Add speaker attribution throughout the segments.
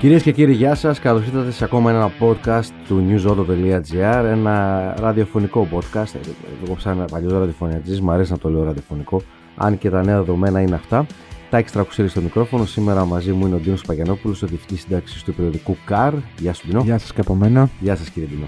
Speaker 1: Κυρίες και κύριοι, γεια σας. Καλώς ήρθατε σε ακόμα ένα podcast του newsauto.gr, ένα ραδιοφωνικό podcast. Ε, Εγώ ψάχνω ένα παλιό ραδιοφωνιατζής, μου αρέσει να το λέω ραδιοφωνικό, αν και τα νέα δεδομένα είναι αυτά. Τάκης Τρακουσίρη στο μικρόφωνο, σήμερα μαζί μου είναι ο Ντίνος Παγιανόπουλος, ο διευθυντής σύνταξης του περιοδικού ΚΑΡ. Γεια σου Ντίνο.
Speaker 2: Γεια σας και από μένα.
Speaker 1: Γεια σας κύριε Ντίνο.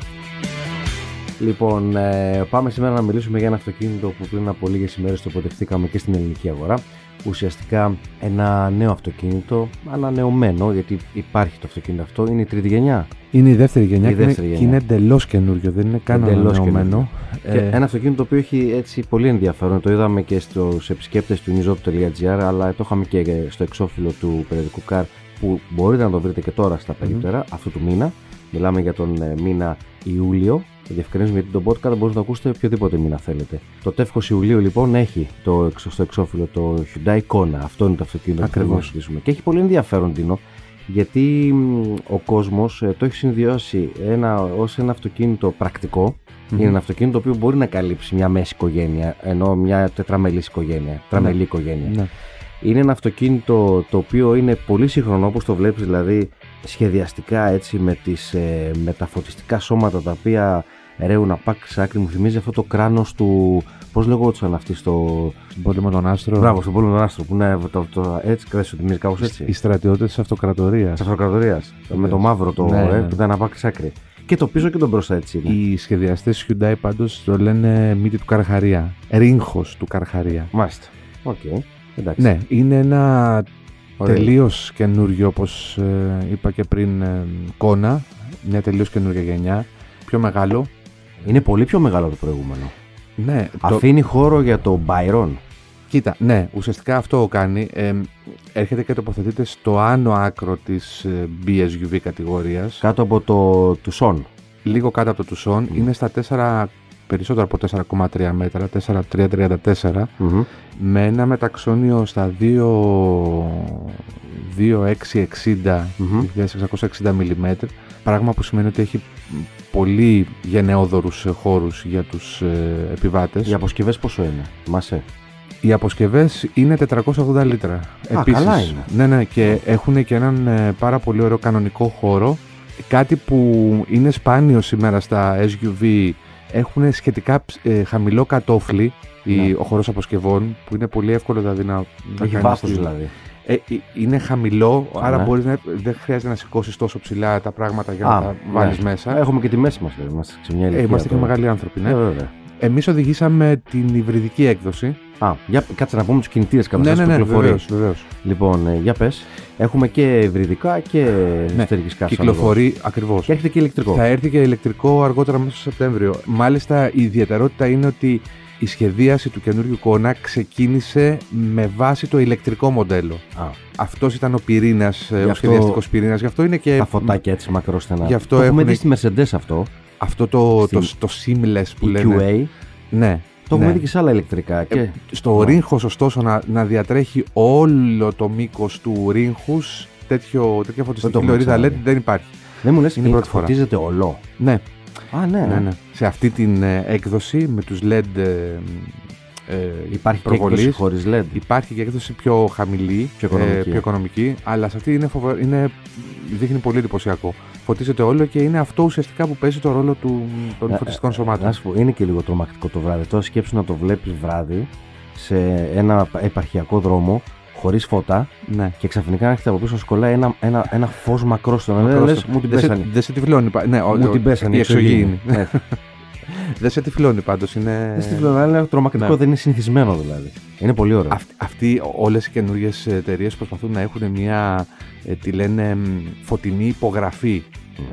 Speaker 1: Λοιπόν, ε, πάμε σήμερα να μιλήσουμε για ένα αυτοκίνητο που πριν από λίγες ημέρες τοποθετήκαμε και στην ελληνική αγορά. Ουσιαστικά ένα νέο αυτοκίνητο, ανανεωμένο, γιατί υπάρχει το αυτοκίνητο αυτό, είναι η τρίτη γενιά.
Speaker 2: Είναι η δεύτερη γενιά,
Speaker 1: Η
Speaker 2: και είναι-
Speaker 1: δεύτερη γενιά.
Speaker 2: και είναι εντελώς καινούριο, δεν είναι καν
Speaker 1: Εντελώς
Speaker 2: ανανεωμένο.
Speaker 1: Και
Speaker 2: Ε,
Speaker 1: ένα αυτοκίνητο το οποίο έχει έτσι πολύ ενδιαφέρον. Το είδαμε και στους επισκέπτες του newsop.gr, αλλά το είχαμε και στο εξώφυλλο του περιοδικού ΚΑΡ που μπορείτε να το βρείτε και τώρα στα περιπτερα αυτού του μήνα. Μιλάμε για τον ε, μήνα Ιούλιο. Διευκρινίζουμε γιατί τον podcast μπορείτε να το ακούσετε οποιοδήποτε μήνα θέλετε. Το τεύχος Ιουλίου λοιπόν έχει το, εξ- στο εξώφυλλο το Hyundai Kona. Αυτό είναι το αυτοκίνητο που θέλουμε να
Speaker 2: Ακριβώς.
Speaker 1: συζητήσουμε. Και έχει πολύ ενδιαφέρον Τίνο, γιατί μ, ο κόσμος ε, το έχει συνδυώσει ένα, ως ένα αυτοκίνητο πρακτικό. Είναι ένα αυτοκίνητο το οποίο μπορεί να καλύψει μια μέση οικογένεια, ενώ μια τετραμελής οικογένεια, τραμελή οικογένεια.
Speaker 2: ναι.
Speaker 1: Είναι ένα αυτοκίνητο το οποίο είναι πολύ σύγχρονο όπως το βλέπεις δηλαδή σχεδιαστικά έτσι με, τις, ε, με τα φωτιστικά σώματα τα οποία ρέουν απ' σε άκρη μου θυμίζει αυτό το κράνος του πώς λεγόντουσαν αυτοί στο...
Speaker 2: Στον πόλεμο των Άστρων.
Speaker 1: Μπράβο στον πόλεμο των Άστρο που είναι το, το, έτσι δεν σου θυμίζει κάπως έτσι.
Speaker 2: Οι στρατιώτες της αυτοκρατορίας.
Speaker 1: Της αυτοκρατορίας με το μαύρο το
Speaker 2: Ναι,
Speaker 1: ε,
Speaker 2: ναι.
Speaker 1: που ήταν απ' άκρη σε άκρη. Και το πίσω και το μπροστά έτσι είναι.
Speaker 2: Οι σχεδιαστές Hyundai πάντως το λένε μύτη του Καρχαρία. Ρίγχος του Καρχαρία.
Speaker 1: Μάλιστα. Οκ. Εντάξει.
Speaker 2: Ναι, είναι ένα
Speaker 1: Ωραία.
Speaker 2: τελείως καινούριο, όπω είπα και πριν, ε, κόνα. Μια τελείως καινούργια γενιά. Πιο μεγάλο.
Speaker 1: Είναι πολύ πιο μεγάλο από το προηγούμενο.
Speaker 2: Ναι, το-
Speaker 1: Αφήνει χώρο για το Byron.
Speaker 2: Κοίτα, ναι, ουσιαστικά αυτό κάνει. Ε, έρχεται και τοποθετείται στο άνω άκρο της ε, BSUV κατηγορίας.
Speaker 1: Κάτω από το Tucson.
Speaker 2: Λίγο κάτω από το Tucson. Είναι στα 4, περισσότερο από 4,3 μέτρα, 4,334,
Speaker 1: Μμμ.
Speaker 2: με ένα μεταξόνιο στα 2, 2660,
Speaker 1: Μμμ.
Speaker 2: 2660 mm. Πράγμα που σημαίνει ότι έχει πολύ γενναιόδορους ε, χώρους για τους ε, επιβάτες.
Speaker 1: Οι αποσκευές πόσο είναι, Μασέ.
Speaker 2: Οι αποσκευές είναι 480 λίτρα.
Speaker 1: Α, καλά είναι.
Speaker 2: Ναι, ναι, και έχουν και έναν ε, πάρα πολύ ωραίο κανονικό χώρο. Κάτι που είναι σπάνιο σήμερα στα SUV έχουν σχετικά ε, χαμηλό κατόφλι η,
Speaker 1: Ναι.
Speaker 2: ο χώρος αποσκευών που είναι πολύ εύκολο δηλαδή να. να
Speaker 1: Έχει
Speaker 2: κάνεις
Speaker 1: βάθο
Speaker 2: τη-
Speaker 1: δηλαδή.
Speaker 2: Ε, ε, είναι χαμηλό, άρα
Speaker 1: Ναι.
Speaker 2: μπορείς να, δεν χρειάζεται να σηκώσεις τόσο ψηλά τα πράγματα για
Speaker 1: Α,
Speaker 2: να τα
Speaker 1: ναι.
Speaker 2: βάλεις μέσα.
Speaker 1: Έχουμε και τη μέση μας. Είμαστε σε μια
Speaker 2: Ε,
Speaker 1: ηλικία.
Speaker 2: είμαστε και
Speaker 1: τώρα.
Speaker 2: μεγάλοι άνθρωποι, ναι.
Speaker 1: Ναι, βέβαια.
Speaker 2: Εμείς οδηγήσαμε την υβριδική έκδοση.
Speaker 1: Α, για, κάτσε να πούμε τους κινητήρες κατά
Speaker 2: ναι, ναι, ναι,
Speaker 1: κυκλοφορεί.
Speaker 2: βεβαίως, βεβαίως.
Speaker 1: Λοιπόν, ε, για πες. Έχουμε και υβριδικά και εσωτερική κάσα.
Speaker 2: Κυκλοφορεί ακριβώς.
Speaker 1: Και έρχεται και ηλεκτρικό.
Speaker 2: Ναι, Θα έρθει και ηλεκτρικό αργότερα μέσα στο Σεπτέμβριο. Μάλιστα, η ιδιαιτερότητα είναι ότι η σχεδίαση του καινούριου κόνα ξεκίνησε με βάση το ηλεκτρικό μοντέλο.
Speaker 1: Α,
Speaker 2: Αυτός ήταν ο πυρήνας,
Speaker 1: Γι'
Speaker 2: ο
Speaker 1: αυτό-
Speaker 2: σχεδιαστικός πυρήνας. Γι' αυτό είναι και
Speaker 1: τα φωτάκια έτσι μακρόστενα.
Speaker 2: Ε, Γι' αυτό
Speaker 1: το έχουμε
Speaker 2: έχουν-
Speaker 1: δει στη Mercedes αυτό.
Speaker 2: αυτό το,
Speaker 1: Στην-
Speaker 2: το, το seamless που
Speaker 1: η
Speaker 2: λένε.
Speaker 1: QA.
Speaker 2: Ναι.
Speaker 1: Το έχουμε
Speaker 2: ναι. Ε,
Speaker 1: δει και σε Ναι. άλλα ηλεκτρικά. Και...
Speaker 2: Στο ρίγχο, ωστόσο, να, να διατρέχει όλο το μήκος του ρίγχου, τέτοια φωτιστική
Speaker 1: έχουμε
Speaker 2: λωρίδα
Speaker 1: ξαναδεί.
Speaker 2: LED δεν υπάρχει.
Speaker 1: Δεν μου λες,
Speaker 2: είναι η πρώτη φορά.
Speaker 1: Φωτίζεται ολό.
Speaker 2: Ναι,
Speaker 1: Α, ναι.
Speaker 2: ναι, ναι. Σε αυτή την ε, έκδοση με τους LED ε, ε,
Speaker 1: Υπάρχει
Speaker 2: προβολής,
Speaker 1: και χωρίς LED.
Speaker 2: υπάρχει και έκδοση πιο χαμηλή, ε,
Speaker 1: Πιο οικονομική.
Speaker 2: πιο οικονομική, αλλά σε αυτή είναι, φοβε- είναι δείχνει πολύ εντυπωσιακό. Φωτίζεται όλο και είναι αυτό ουσιαστικά που παίζει το ρόλο του, των
Speaker 1: Ε,
Speaker 2: φωτιστικών
Speaker 1: Να
Speaker 2: σωμάτων.
Speaker 1: σου πω, είναι και λίγο τρομακτικό το βράδυ. Τώρα σκέψου να το βλέπεις βράδυ σε ένα επαρχιακό δρόμο χωρίς φώτα
Speaker 2: ναι.
Speaker 1: και ξαφνικά να έρχεται από πίσω να σου κολλάει ένα, ένα, ένα φως μακρός στον
Speaker 2: Μακρός
Speaker 1: Ε, Λες,
Speaker 2: το-
Speaker 1: μου την
Speaker 2: δεν σε-
Speaker 1: πέσανε.
Speaker 2: Δεν σε τυφλώνει. πα- Ναι, ο-
Speaker 1: Μου
Speaker 2: ο-
Speaker 1: την πέσανε.
Speaker 2: Η εξωγήινη.
Speaker 1: Ναι.
Speaker 2: Δεν σε τυφλώνει πάντως. Είναι...
Speaker 1: Δεν στη λέω, αλλά είναι τρομακτικό,
Speaker 2: ναι.
Speaker 1: δεν είναι συνηθισμένο δηλαδή. Είναι πολύ ωραίο.
Speaker 2: Αυτ- αυτοί, όλες οι καινούργιες εταιρείες προσπαθούν να έχουν μια, ε, τη λένε, μ, φωτεινή υπογραφή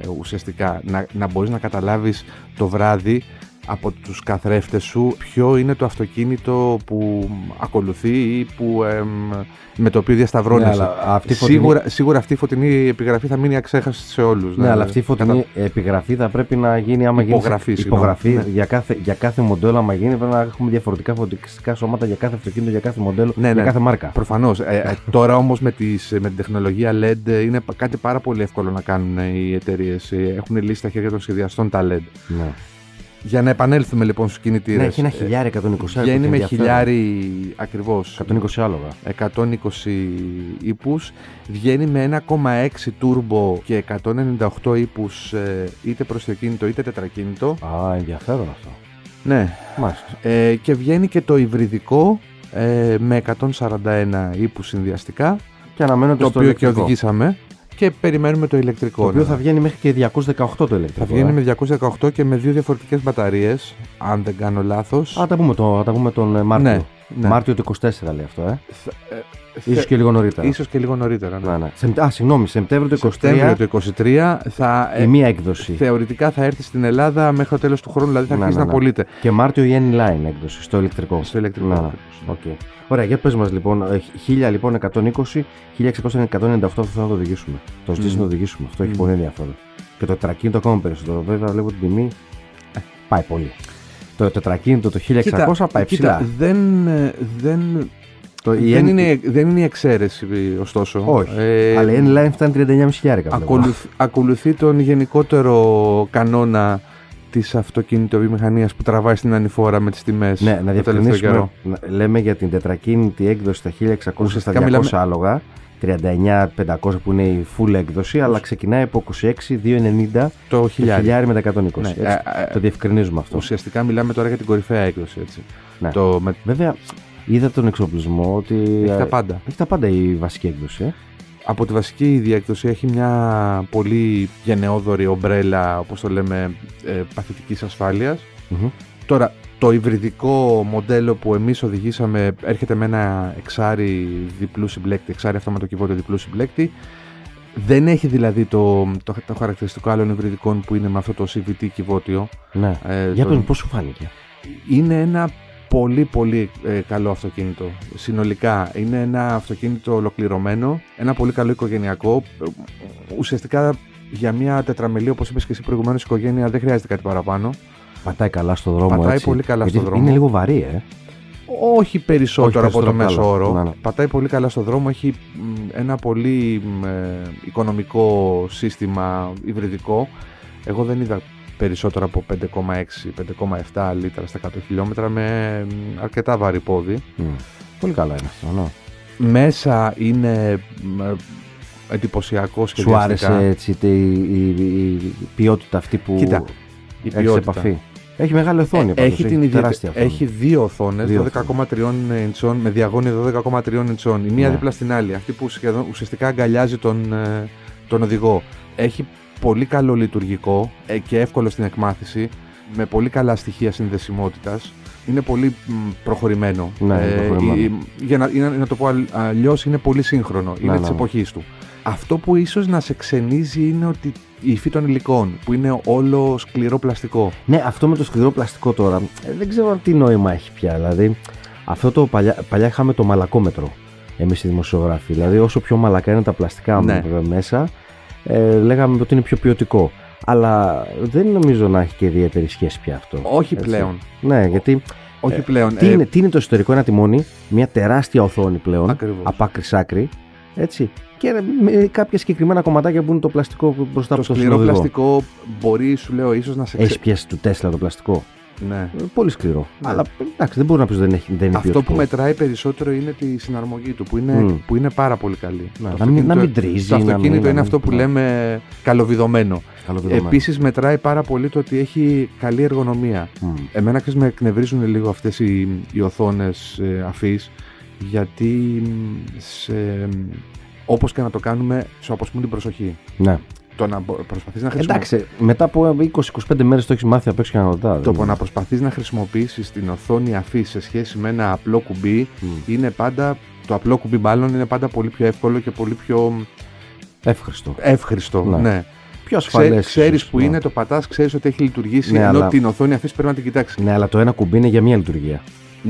Speaker 2: ε, ουσιαστικά. Να, να μπορείς να καταλάβεις το βράδυ από τους καθρέφτες σου ποιο είναι το αυτοκίνητο που ακολουθεί ή που, ε, μ, με το οποίο διασταυρώνεσαι.
Speaker 1: Ναι, αλλά αυτή η φωτεινή-
Speaker 2: σίγουρα, σίγουρα αυτή η φωτεινή επιγραφή θα μείνει αξέχαστη σε όλους. δηλαδή.
Speaker 1: Ναι, αλλά αυτή η φωτεινή επιγραφή θα πρέπει να γίνει άμα γίνει.
Speaker 2: Υπογραφή, συγγνώμη.
Speaker 1: υπογραφή
Speaker 2: Ναι.
Speaker 1: για, κάθε, για κάθε μοντέλο, άμα γίνει, πρέπει να έχουμε διαφορετικά φωτιστικά σώματα για κάθε αυτοκίνητο, για κάθε μοντέλο,
Speaker 2: Ναι,
Speaker 1: για
Speaker 2: ναι.
Speaker 1: κάθε μάρκα.
Speaker 2: Προφανώς. Ε, τώρα όμως με, τις- με την τεχνολογία LED ε, είναι πα- κάτι Ε, πάρα πολύ εύκολο να κάνουν ε, οι εταιρείες. Έχουν λύσει στα χέρια των σχεδιαστών τα LED.
Speaker 1: Ναι.
Speaker 2: Για να επανέλθουμε λοιπόν στους κινητήρες.
Speaker 1: Ναι, έχει ένα χιλιάρι 120
Speaker 2: Βγαίνει με χιλιάρι ακριβώς.
Speaker 1: 120 άλογα.
Speaker 2: 120 ύπους βγαίνει με 1,6 turbo και 198 ύπους ε, είτε προσθεκίνητο είτε τετρακίνητο
Speaker 1: Α, ενδιαφέρον αυτό.
Speaker 2: ναι.
Speaker 1: Μάλιστα.
Speaker 2: ε, και βγαίνει και το υβριδικό ε, με 141 ύπους συνδυαστικά
Speaker 1: Και αναμένω στο
Speaker 2: το οποίο και
Speaker 1: ηλεκτρικό.
Speaker 2: οδηγήσαμε και περιμένουμε το ηλεκτρικό
Speaker 1: Το οποίο
Speaker 2: να-
Speaker 1: θα βγαίνει μέχρι και 218 το ηλεκτρικό. ε.
Speaker 2: θα βγαίνει με 218 και με δύο διαφορετικές μπαταρίες αν δεν κάνω λάθος
Speaker 1: ε. Α, τα πούμε, το, τα πούμε τον ε, Μάρτιο.
Speaker 2: Ναι, ναι.
Speaker 1: Μάρτιο του 24 λέει αυτό, ε.
Speaker 2: Θα- ε,
Speaker 1: Ίσως
Speaker 2: θε-
Speaker 1: και λίγο νωρίτερα.
Speaker 2: ίσως και λίγο νωρίτερα ναι.
Speaker 1: Ναι, ναι. Σεπ- Α, συγγνώμη, Σεπτέμβριο του 23
Speaker 2: Σεπτέμβριο του 23 θα, ε,
Speaker 1: η μία έκδοση.
Speaker 2: θεωρητικά θα έρθει στην Ελλάδα μέχρι το τέλος του χρόνου, δηλαδή θα
Speaker 1: Ναι,
Speaker 2: αρχίσει
Speaker 1: ναι,
Speaker 2: να
Speaker 1: ναι.
Speaker 2: πωλείται
Speaker 1: Και Μάρτιο η N-Line έκδοση στο ηλεκτρικό.
Speaker 2: στο ηλεκτρικό.
Speaker 1: Ναι, ναι. Οκ. Ωραία, για πες μας λοιπόν. ε, 1000 λοιπόν 120, 1698 αυτό θα το οδηγήσουμε. Το ζητήσει
Speaker 2: Μμμ.
Speaker 1: να το οδηγήσουμε. Αυτό έχει
Speaker 2: Μμμ.
Speaker 1: πολύ ενδιαφέρον. Και το τετρακίνητο ακόμα περισσότερο. Βέβαια βλέπω την τιμή. ε, Πάει πολύ. Το τετρακίνητο το 1600 πάει
Speaker 2: κοίτα,
Speaker 1: ψηλά.
Speaker 2: δεν, ε, δεν,
Speaker 1: Το, η
Speaker 2: δεν,
Speaker 1: N-
Speaker 2: είναι, δεν είναι η εξαίρεση, ωστόσο.
Speaker 1: Όχι.
Speaker 2: Ε,
Speaker 1: Αλλά η N-Line φτάνει 39.500.
Speaker 2: ακολουθ- ακολουθεί τον γενικότερο κανόνα της αυτοκινητοβιομηχανίας που τραβάει στην ανηφόρα με τις τιμές.
Speaker 1: Ναι, να διευκρινίσουμε. να- Λέμε για την τετρακίνητη έκδοση τα 1600 στα 200
Speaker 2: Ουσιαστικά
Speaker 1: άλογα. 39.500 που είναι η full έκδοση, αλλά ξεκινάει από 26.290
Speaker 2: Το
Speaker 1: και
Speaker 2: χιλιάρι.
Speaker 1: χιλιάρι με τα 120.
Speaker 2: Ναι,
Speaker 1: έτσι.
Speaker 2: ε, ε,
Speaker 1: το διευκρινίζουμε αυτό.
Speaker 2: Ουσιαστικά μιλάμε τώρα για την κορυφαία έκδοση. Έτσι.
Speaker 1: Ναι.
Speaker 2: Το, με,
Speaker 1: Βέβαια, είδα τον εξοπλισμό ότι.
Speaker 2: έχει τα
Speaker 1: ε,
Speaker 2: πάντα.
Speaker 1: έχει τα πάντα η βασική έκδοση. ε.
Speaker 2: Από τη βασική η διέκδοση έχει μια πολύ γενναιόδορη ομπρέλα, όπως το λέμε, ε, παθητικής ασφάλειας.
Speaker 1: Μμμ.
Speaker 2: Τώρα, το υβριδικό μοντέλο που εμείς οδηγήσαμε έρχεται με ένα εξάρι διπλού συμπλέκτη, εξάρι αυτοματοκιβώτιο διπλού συμπλέκτη. Δεν έχει δηλαδή το, το, το χαρακτηριστικό άλλων υβριδικών που είναι με αυτό το CVT κυβότιο.
Speaker 1: Ναι.
Speaker 2: Ε,
Speaker 1: για
Speaker 2: το-
Speaker 1: τον, πώς σου φάνηκε.
Speaker 2: είναι ένα πολύ πολύ ε, καλό αυτοκίνητο συνολικά. Είναι ένα αυτοκίνητο ολοκληρωμένο, ένα πολύ καλό οικογενειακό. Ε, Ουσιαστικά για μια τετραμελή, όπως είπες και εσύ προηγουμένως, οικογένεια δεν χρειάζεται κάτι παραπάνω.
Speaker 1: Πατάει καλά στον δρόμο.
Speaker 2: Πατάει
Speaker 1: έτσι.
Speaker 2: πολύ καλά
Speaker 1: Γιατί
Speaker 2: στον δρόμο.
Speaker 1: Είναι λίγο βαρύ, ε.
Speaker 2: Όχι περισσότερο
Speaker 1: Όχι
Speaker 2: από
Speaker 1: περισσότερο
Speaker 2: το μέσο
Speaker 1: από άλλο.
Speaker 2: όρο.
Speaker 1: Ναι, ναι.
Speaker 2: Πατάει πολύ καλά στον δρόμο, έχει μ, ένα πολύ μ, ε, οικονομικό σύστημα υβριδικό. Εγώ δεν είδα περισσότερο από 5,6-5,7 λίτρα στα 100 χιλιόμετρα με μ, αρκετά βαρύ πόδι.
Speaker 1: Μμ. Πολύ καλά είναι αυτό. ναι.
Speaker 2: Μέσα είναι μ, ε, εντυπωσιακό σχεδιαστικά.
Speaker 1: Σου άρεσε έτσι, τη, η, η- η ποιότητα αυτή που
Speaker 2: Κοίτα, η
Speaker 1: έχεις
Speaker 2: ποιότητα.
Speaker 1: επαφή. Έχει μεγάλη οθόνη.
Speaker 2: Ε,
Speaker 1: πάντως,
Speaker 2: έχει, την ιδιαίτε-
Speaker 1: τεράστια οθόνη.
Speaker 2: έχει δύο οθόνες,
Speaker 1: Δύο
Speaker 2: 12,3 ιντσών με διαγώνια 12,3 ιντσών. Η μία
Speaker 1: Ναι.
Speaker 2: δίπλα στην άλλη, αυτή που σχεδόν, ουσιαστικά αγκαλιάζει τον, ε, τον οδηγό. Έχει πολύ καλό λειτουργικό ε, και εύκολο στην εκμάθηση, με πολύ καλά στοιχεία συνδεσιμότητας. Είναι πολύ μ, προχωρημένο. Ε,
Speaker 1: Ναι, είναι προχωρημένο.
Speaker 2: η- η- για να, είναι- να το πω αλλιώς, είναι πολύ σύγχρονο. είναι
Speaker 1: ναι,
Speaker 2: της
Speaker 1: ναι.
Speaker 2: εποχής του. Αυτό που ίσως να σε ξενίζει είναι ότι η υφή των υλικών, που είναι όλο σκληρό πλαστικό.
Speaker 1: Ναι, αυτό με το σκληρό πλαστικό τώρα ε, δεν ξέρω αν τι νόημα έχει πια. Δηλαδή, αυτό το παλιά, παλιά είχαμε το μαλακόμετρο εμείς οι δημοσιογράφοι. Δηλαδή, όσο πιο μαλακά είναι τα πλαστικά
Speaker 2: Ναι.
Speaker 1: μ- μέσα, ε, λέγαμε ότι είναι πιο ποιοτικό. Αλλά δεν νομίζω να έχει και ιδιαίτερη σχέση πια αυτό.
Speaker 2: Όχι
Speaker 1: Έτσι.
Speaker 2: πλέον.
Speaker 1: Ναι, γιατί
Speaker 2: Όχι πλέον.
Speaker 1: τι,
Speaker 2: Ε,
Speaker 1: είναι, τι είναι το ιστορικό, ένα τιμόνι, μια τεράστια οθόνη πλέον,
Speaker 2: Ακριβώς.
Speaker 1: από άκρη σ' άκρη. Έτσι. Και ε, με κάποια συγκεκριμένα κομματάκια που είναι το πλαστικό μπροστά
Speaker 2: το
Speaker 1: από το
Speaker 2: σκληρό
Speaker 1: συνοδηγό.
Speaker 2: πλαστικό μπορεί, σου λέω, ίσως να σε
Speaker 1: Έχεις πιάσει του Τέσλα το πλαστικό.
Speaker 2: Ναι.
Speaker 1: Ε, Πολύ σκληρό.
Speaker 2: Ναι.
Speaker 1: Αλλά εντάξει, δεν μπορεί να πεις δεν, έχει, δεν είναι
Speaker 2: Αυτό που
Speaker 1: ποιοτικό.
Speaker 2: μετράει περισσότερο είναι τη συναρμογή του, που είναι,
Speaker 1: Μμ.
Speaker 2: που είναι πάρα πολύ καλή.
Speaker 1: Ναι,
Speaker 2: Το
Speaker 1: να μην- να
Speaker 2: αυτοκίνητο-
Speaker 1: μην τρίζει,
Speaker 2: Το
Speaker 1: να μην-
Speaker 2: αυτοκίνητο
Speaker 1: να
Speaker 2: είναι
Speaker 1: μην-
Speaker 2: αυτό που
Speaker 1: ναι.
Speaker 2: λέμε καλοβιδωμένο.
Speaker 1: Καλό δεδομένο.
Speaker 2: Επίσης, μετράει πάρα πολύ το ότι έχει καλή εργονομία.
Speaker 1: Μμ.
Speaker 2: Εμένα ξέρεις με εκνευρίζουν λίγο αυτές οι, οι οθόνες ε, αφής γιατί μ, σε, μ, όπως και να το κάνουμε σου αποσπούν την προσοχή.
Speaker 1: Ναι.
Speaker 2: Το να μπο- προσπαθείς να χρησιμο-
Speaker 1: Εντάξει, μετά από 20-25 μέρες το έχεις μάθει απ' έξω και να ρωτάς.
Speaker 2: Το να προσπαθείς να χρησιμοποιήσεις την οθόνη αφής σε σχέση με ένα απλό κουμπί είναι πάντα, το απλό κουμπί μάλλον είναι πάντα πολύ πιο εύκολο και πολύ πιο
Speaker 1: Εύχριστο.
Speaker 2: εύχριστο.
Speaker 1: Ναι.
Speaker 2: Ναι.
Speaker 1: Πιο ναι.
Speaker 2: Ξέ,
Speaker 1: ασφαλέ.
Speaker 2: ξέρεις που είναι, το πατάς, ξέρεις ότι έχει λειτουργήσει,
Speaker 1: Ναι,
Speaker 2: ενώ
Speaker 1: αλλά-
Speaker 2: την οθόνη αφής πρέπει να την κοιτάξεις.
Speaker 1: Ναι, αλλά το ένα κουμπί είναι για μία λειτουργία.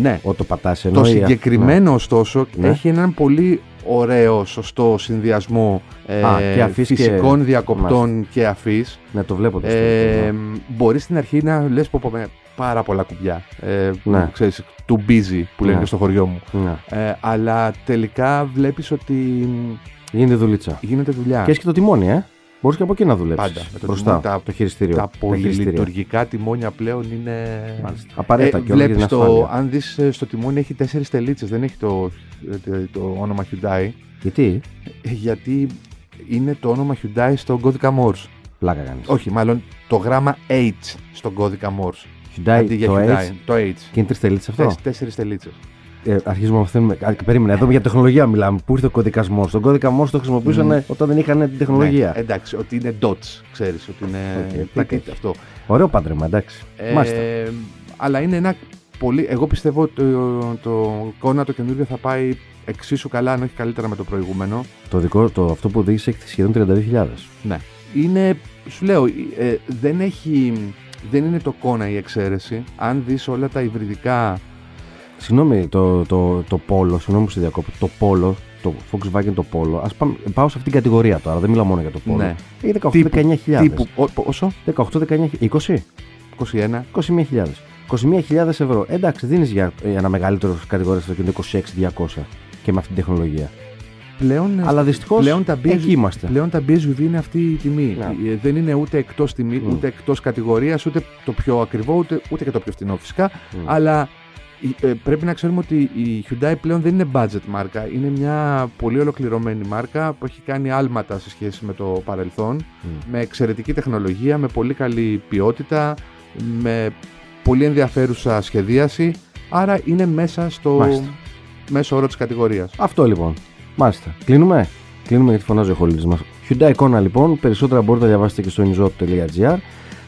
Speaker 2: Ναι,
Speaker 1: Ό, το πατά ενώ.
Speaker 2: Το
Speaker 1: η-
Speaker 2: συγκεκριμένο, ωστόσο,
Speaker 1: Ναι.
Speaker 2: έχει έναν πολύ ωραίο, σωστό συνδυασμό ε,
Speaker 1: Α, και αφής και-
Speaker 2: φυσικών διακοπτών και αφής.
Speaker 1: Ναι, ναι, το βλέπω. Το
Speaker 2: Ε,
Speaker 1: ε...
Speaker 2: μπορείς στην αρχή να λες πω, πω, με πάρα πολλά κουμπιά. Ε,
Speaker 1: Ναι.
Speaker 2: Ξέρεις, too busy που λένε
Speaker 1: Ναι.
Speaker 2: και στο χωριό μου.
Speaker 1: ναι.
Speaker 2: Ε, αλλά τελικά βλέπεις ότι μ,
Speaker 1: Γίνεται δουλίτσα.
Speaker 2: γίνεται δουλειά.
Speaker 1: Και έχει και το τιμόνι, ε. Μπορείς και από εκεί να δουλέψεις.
Speaker 2: Πάντα. Με το
Speaker 1: Μπροστά.
Speaker 2: τιμό, τα-
Speaker 1: το χειριστήριο.
Speaker 2: Τα
Speaker 1: χειριστήρια.
Speaker 2: πολυλειτουργικά τιμόνια πλέον είναι.
Speaker 1: Μάλιστα. Απαραίτητα και όλα για την
Speaker 2: Ε, βλέπεις το,
Speaker 1: ασφάλεια.
Speaker 2: αν δεις ε, στο τιμόνι έχει τέσσερις τελίτσες, δεν έχει το, το, το όνομα Hyundai,
Speaker 1: Γιατί
Speaker 2: ε, γιατί είναι το όνομα Hyundai στον κώδικα Morse.
Speaker 1: πλάκα κάνεις.
Speaker 2: Όχι, μάλλον το γράμμα H στον κώδικα Morse. Αντί για
Speaker 1: το
Speaker 2: Hyundai,
Speaker 1: H
Speaker 2: το H.
Speaker 1: και είναι τελίτσες αυτό.
Speaker 2: Τέσ- Τέσσερις τελίτσες.
Speaker 1: Ε, αρχίζουμε να μαθαίνουμε. Α, Περίμενε, εδώ για τεχνολογία μιλάμε. Πού ήρθε ο κωδικασμός. Τον κώδικα Morse το χρησιμοποιούσαν ε,
Speaker 2: Μμμ.
Speaker 1: όταν δεν είχαν την τεχνολογία.
Speaker 2: Ναι, εντάξει, ότι είναι dots, ξέρεις, ότι είναι
Speaker 1: Οκ,
Speaker 2: πλακίτ
Speaker 1: οκ.
Speaker 2: αυτό.
Speaker 1: Ωραίο πάντρεμα, εντάξει.
Speaker 2: Ε,
Speaker 1: Μάλιστα.
Speaker 2: αλλά είναι ένα πολύ. Εγώ πιστεύω ότι το, το κόνα το καινούριο θα πάει εξίσου καλά, αν όχι καλύτερα με το προηγούμενο.
Speaker 1: Το δικό, το, αυτό που οδήγησε έχει σχεδόν 32.000.
Speaker 2: Ναι. Είναι, σου λέω, ε, δεν έχει. Δεν είναι το κόνα η εξαίρεση. Αν δεις όλα τα υβριδικά.
Speaker 1: Συγγνώμη, το, το, το Polo, συγγνώμη που σε διακόπτω. Το Polo, το Volkswagen το Polo. Ας πάω σε αυτήν την κατηγορία τώρα, δεν μιλάω μόνο για το Polo.
Speaker 2: Ναι.
Speaker 1: Έχει
Speaker 2: Τύπου,
Speaker 1: 18-19.000.
Speaker 2: Τύπου. ό, πόσο?
Speaker 1: 18-19. 20.
Speaker 2: 21.
Speaker 1: 21.000. 21.000 ευρώ. Εντάξει, δίνεις για ε, ένα μεγαλύτερο κατηγορία στο 26.200 και με αυτή την τεχνολογία.
Speaker 2: Πλέον. ε,
Speaker 1: Αλλά δυστυχώς
Speaker 2: Ναι. πλέον τα BSU
Speaker 1: εκεί είμαστε.
Speaker 2: Πλέον τα BSUV είναι αυτή η τιμή.
Speaker 1: Ναι.
Speaker 2: Ε, Δεν είναι ούτε εκτός τιμή,
Speaker 1: Μμ.
Speaker 2: ούτε εκτός κατηγορίας, ούτε το πιο ακριβό, ούτε, ούτε και το πιο φθηνό φυσικά.
Speaker 1: Μμ.
Speaker 2: Αλλά ε, ε, πρέπει να ξέρουμε ότι η Hyundai πλέον δεν είναι budget μάρκα. Είναι μια πολύ ολοκληρωμένη μάρκα που έχει κάνει άλματα σε σχέση με το παρελθόν.
Speaker 1: Μμ.
Speaker 2: Με εξαιρετική τεχνολογία, με πολύ καλή ποιότητα, με πολύ ενδιαφέρουσα σχεδίαση. Άρα είναι μέσα στο
Speaker 1: Μάλιστα.
Speaker 2: μέσο όρο της κατηγορίας.
Speaker 1: Αυτό λοιπόν. Μάλιστα. Κλείνουμε. Κλείνουμε γιατί φωνάζει ο χολίτη μα. Hyundai εικόνα λοιπόν. Περισσότερα μπορείτε να διαβάσετε και στο inzop.gr.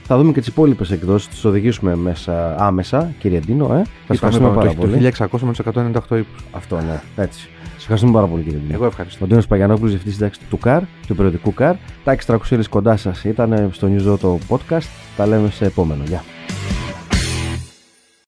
Speaker 1: Θα δούμε και τις υπόλοιπες εκδόσεις. Τις οδηγήσουμε μέσα, άμεσα, κύριε Ντίνο. Ε. Σας ευχαριστούμε πάρα πολύ.
Speaker 2: Το 1600 με τους 198 ύπου.
Speaker 1: Αυτό, ναι. Έτσι. Σας ευχαριστούμε πάρα πολύ, κύριε Ντίνο.
Speaker 2: Εγώ ευχαριστώ.
Speaker 1: Ο Αντώνη Παγιανόπουλο, διευθυντή σύνταξη του ΚΑΡ, του περιοδικού ΚΑΡ. Τα 600 κοντά σας ήταν στο News Zone το podcast. Τα λέμε σε επόμενο. Γεια.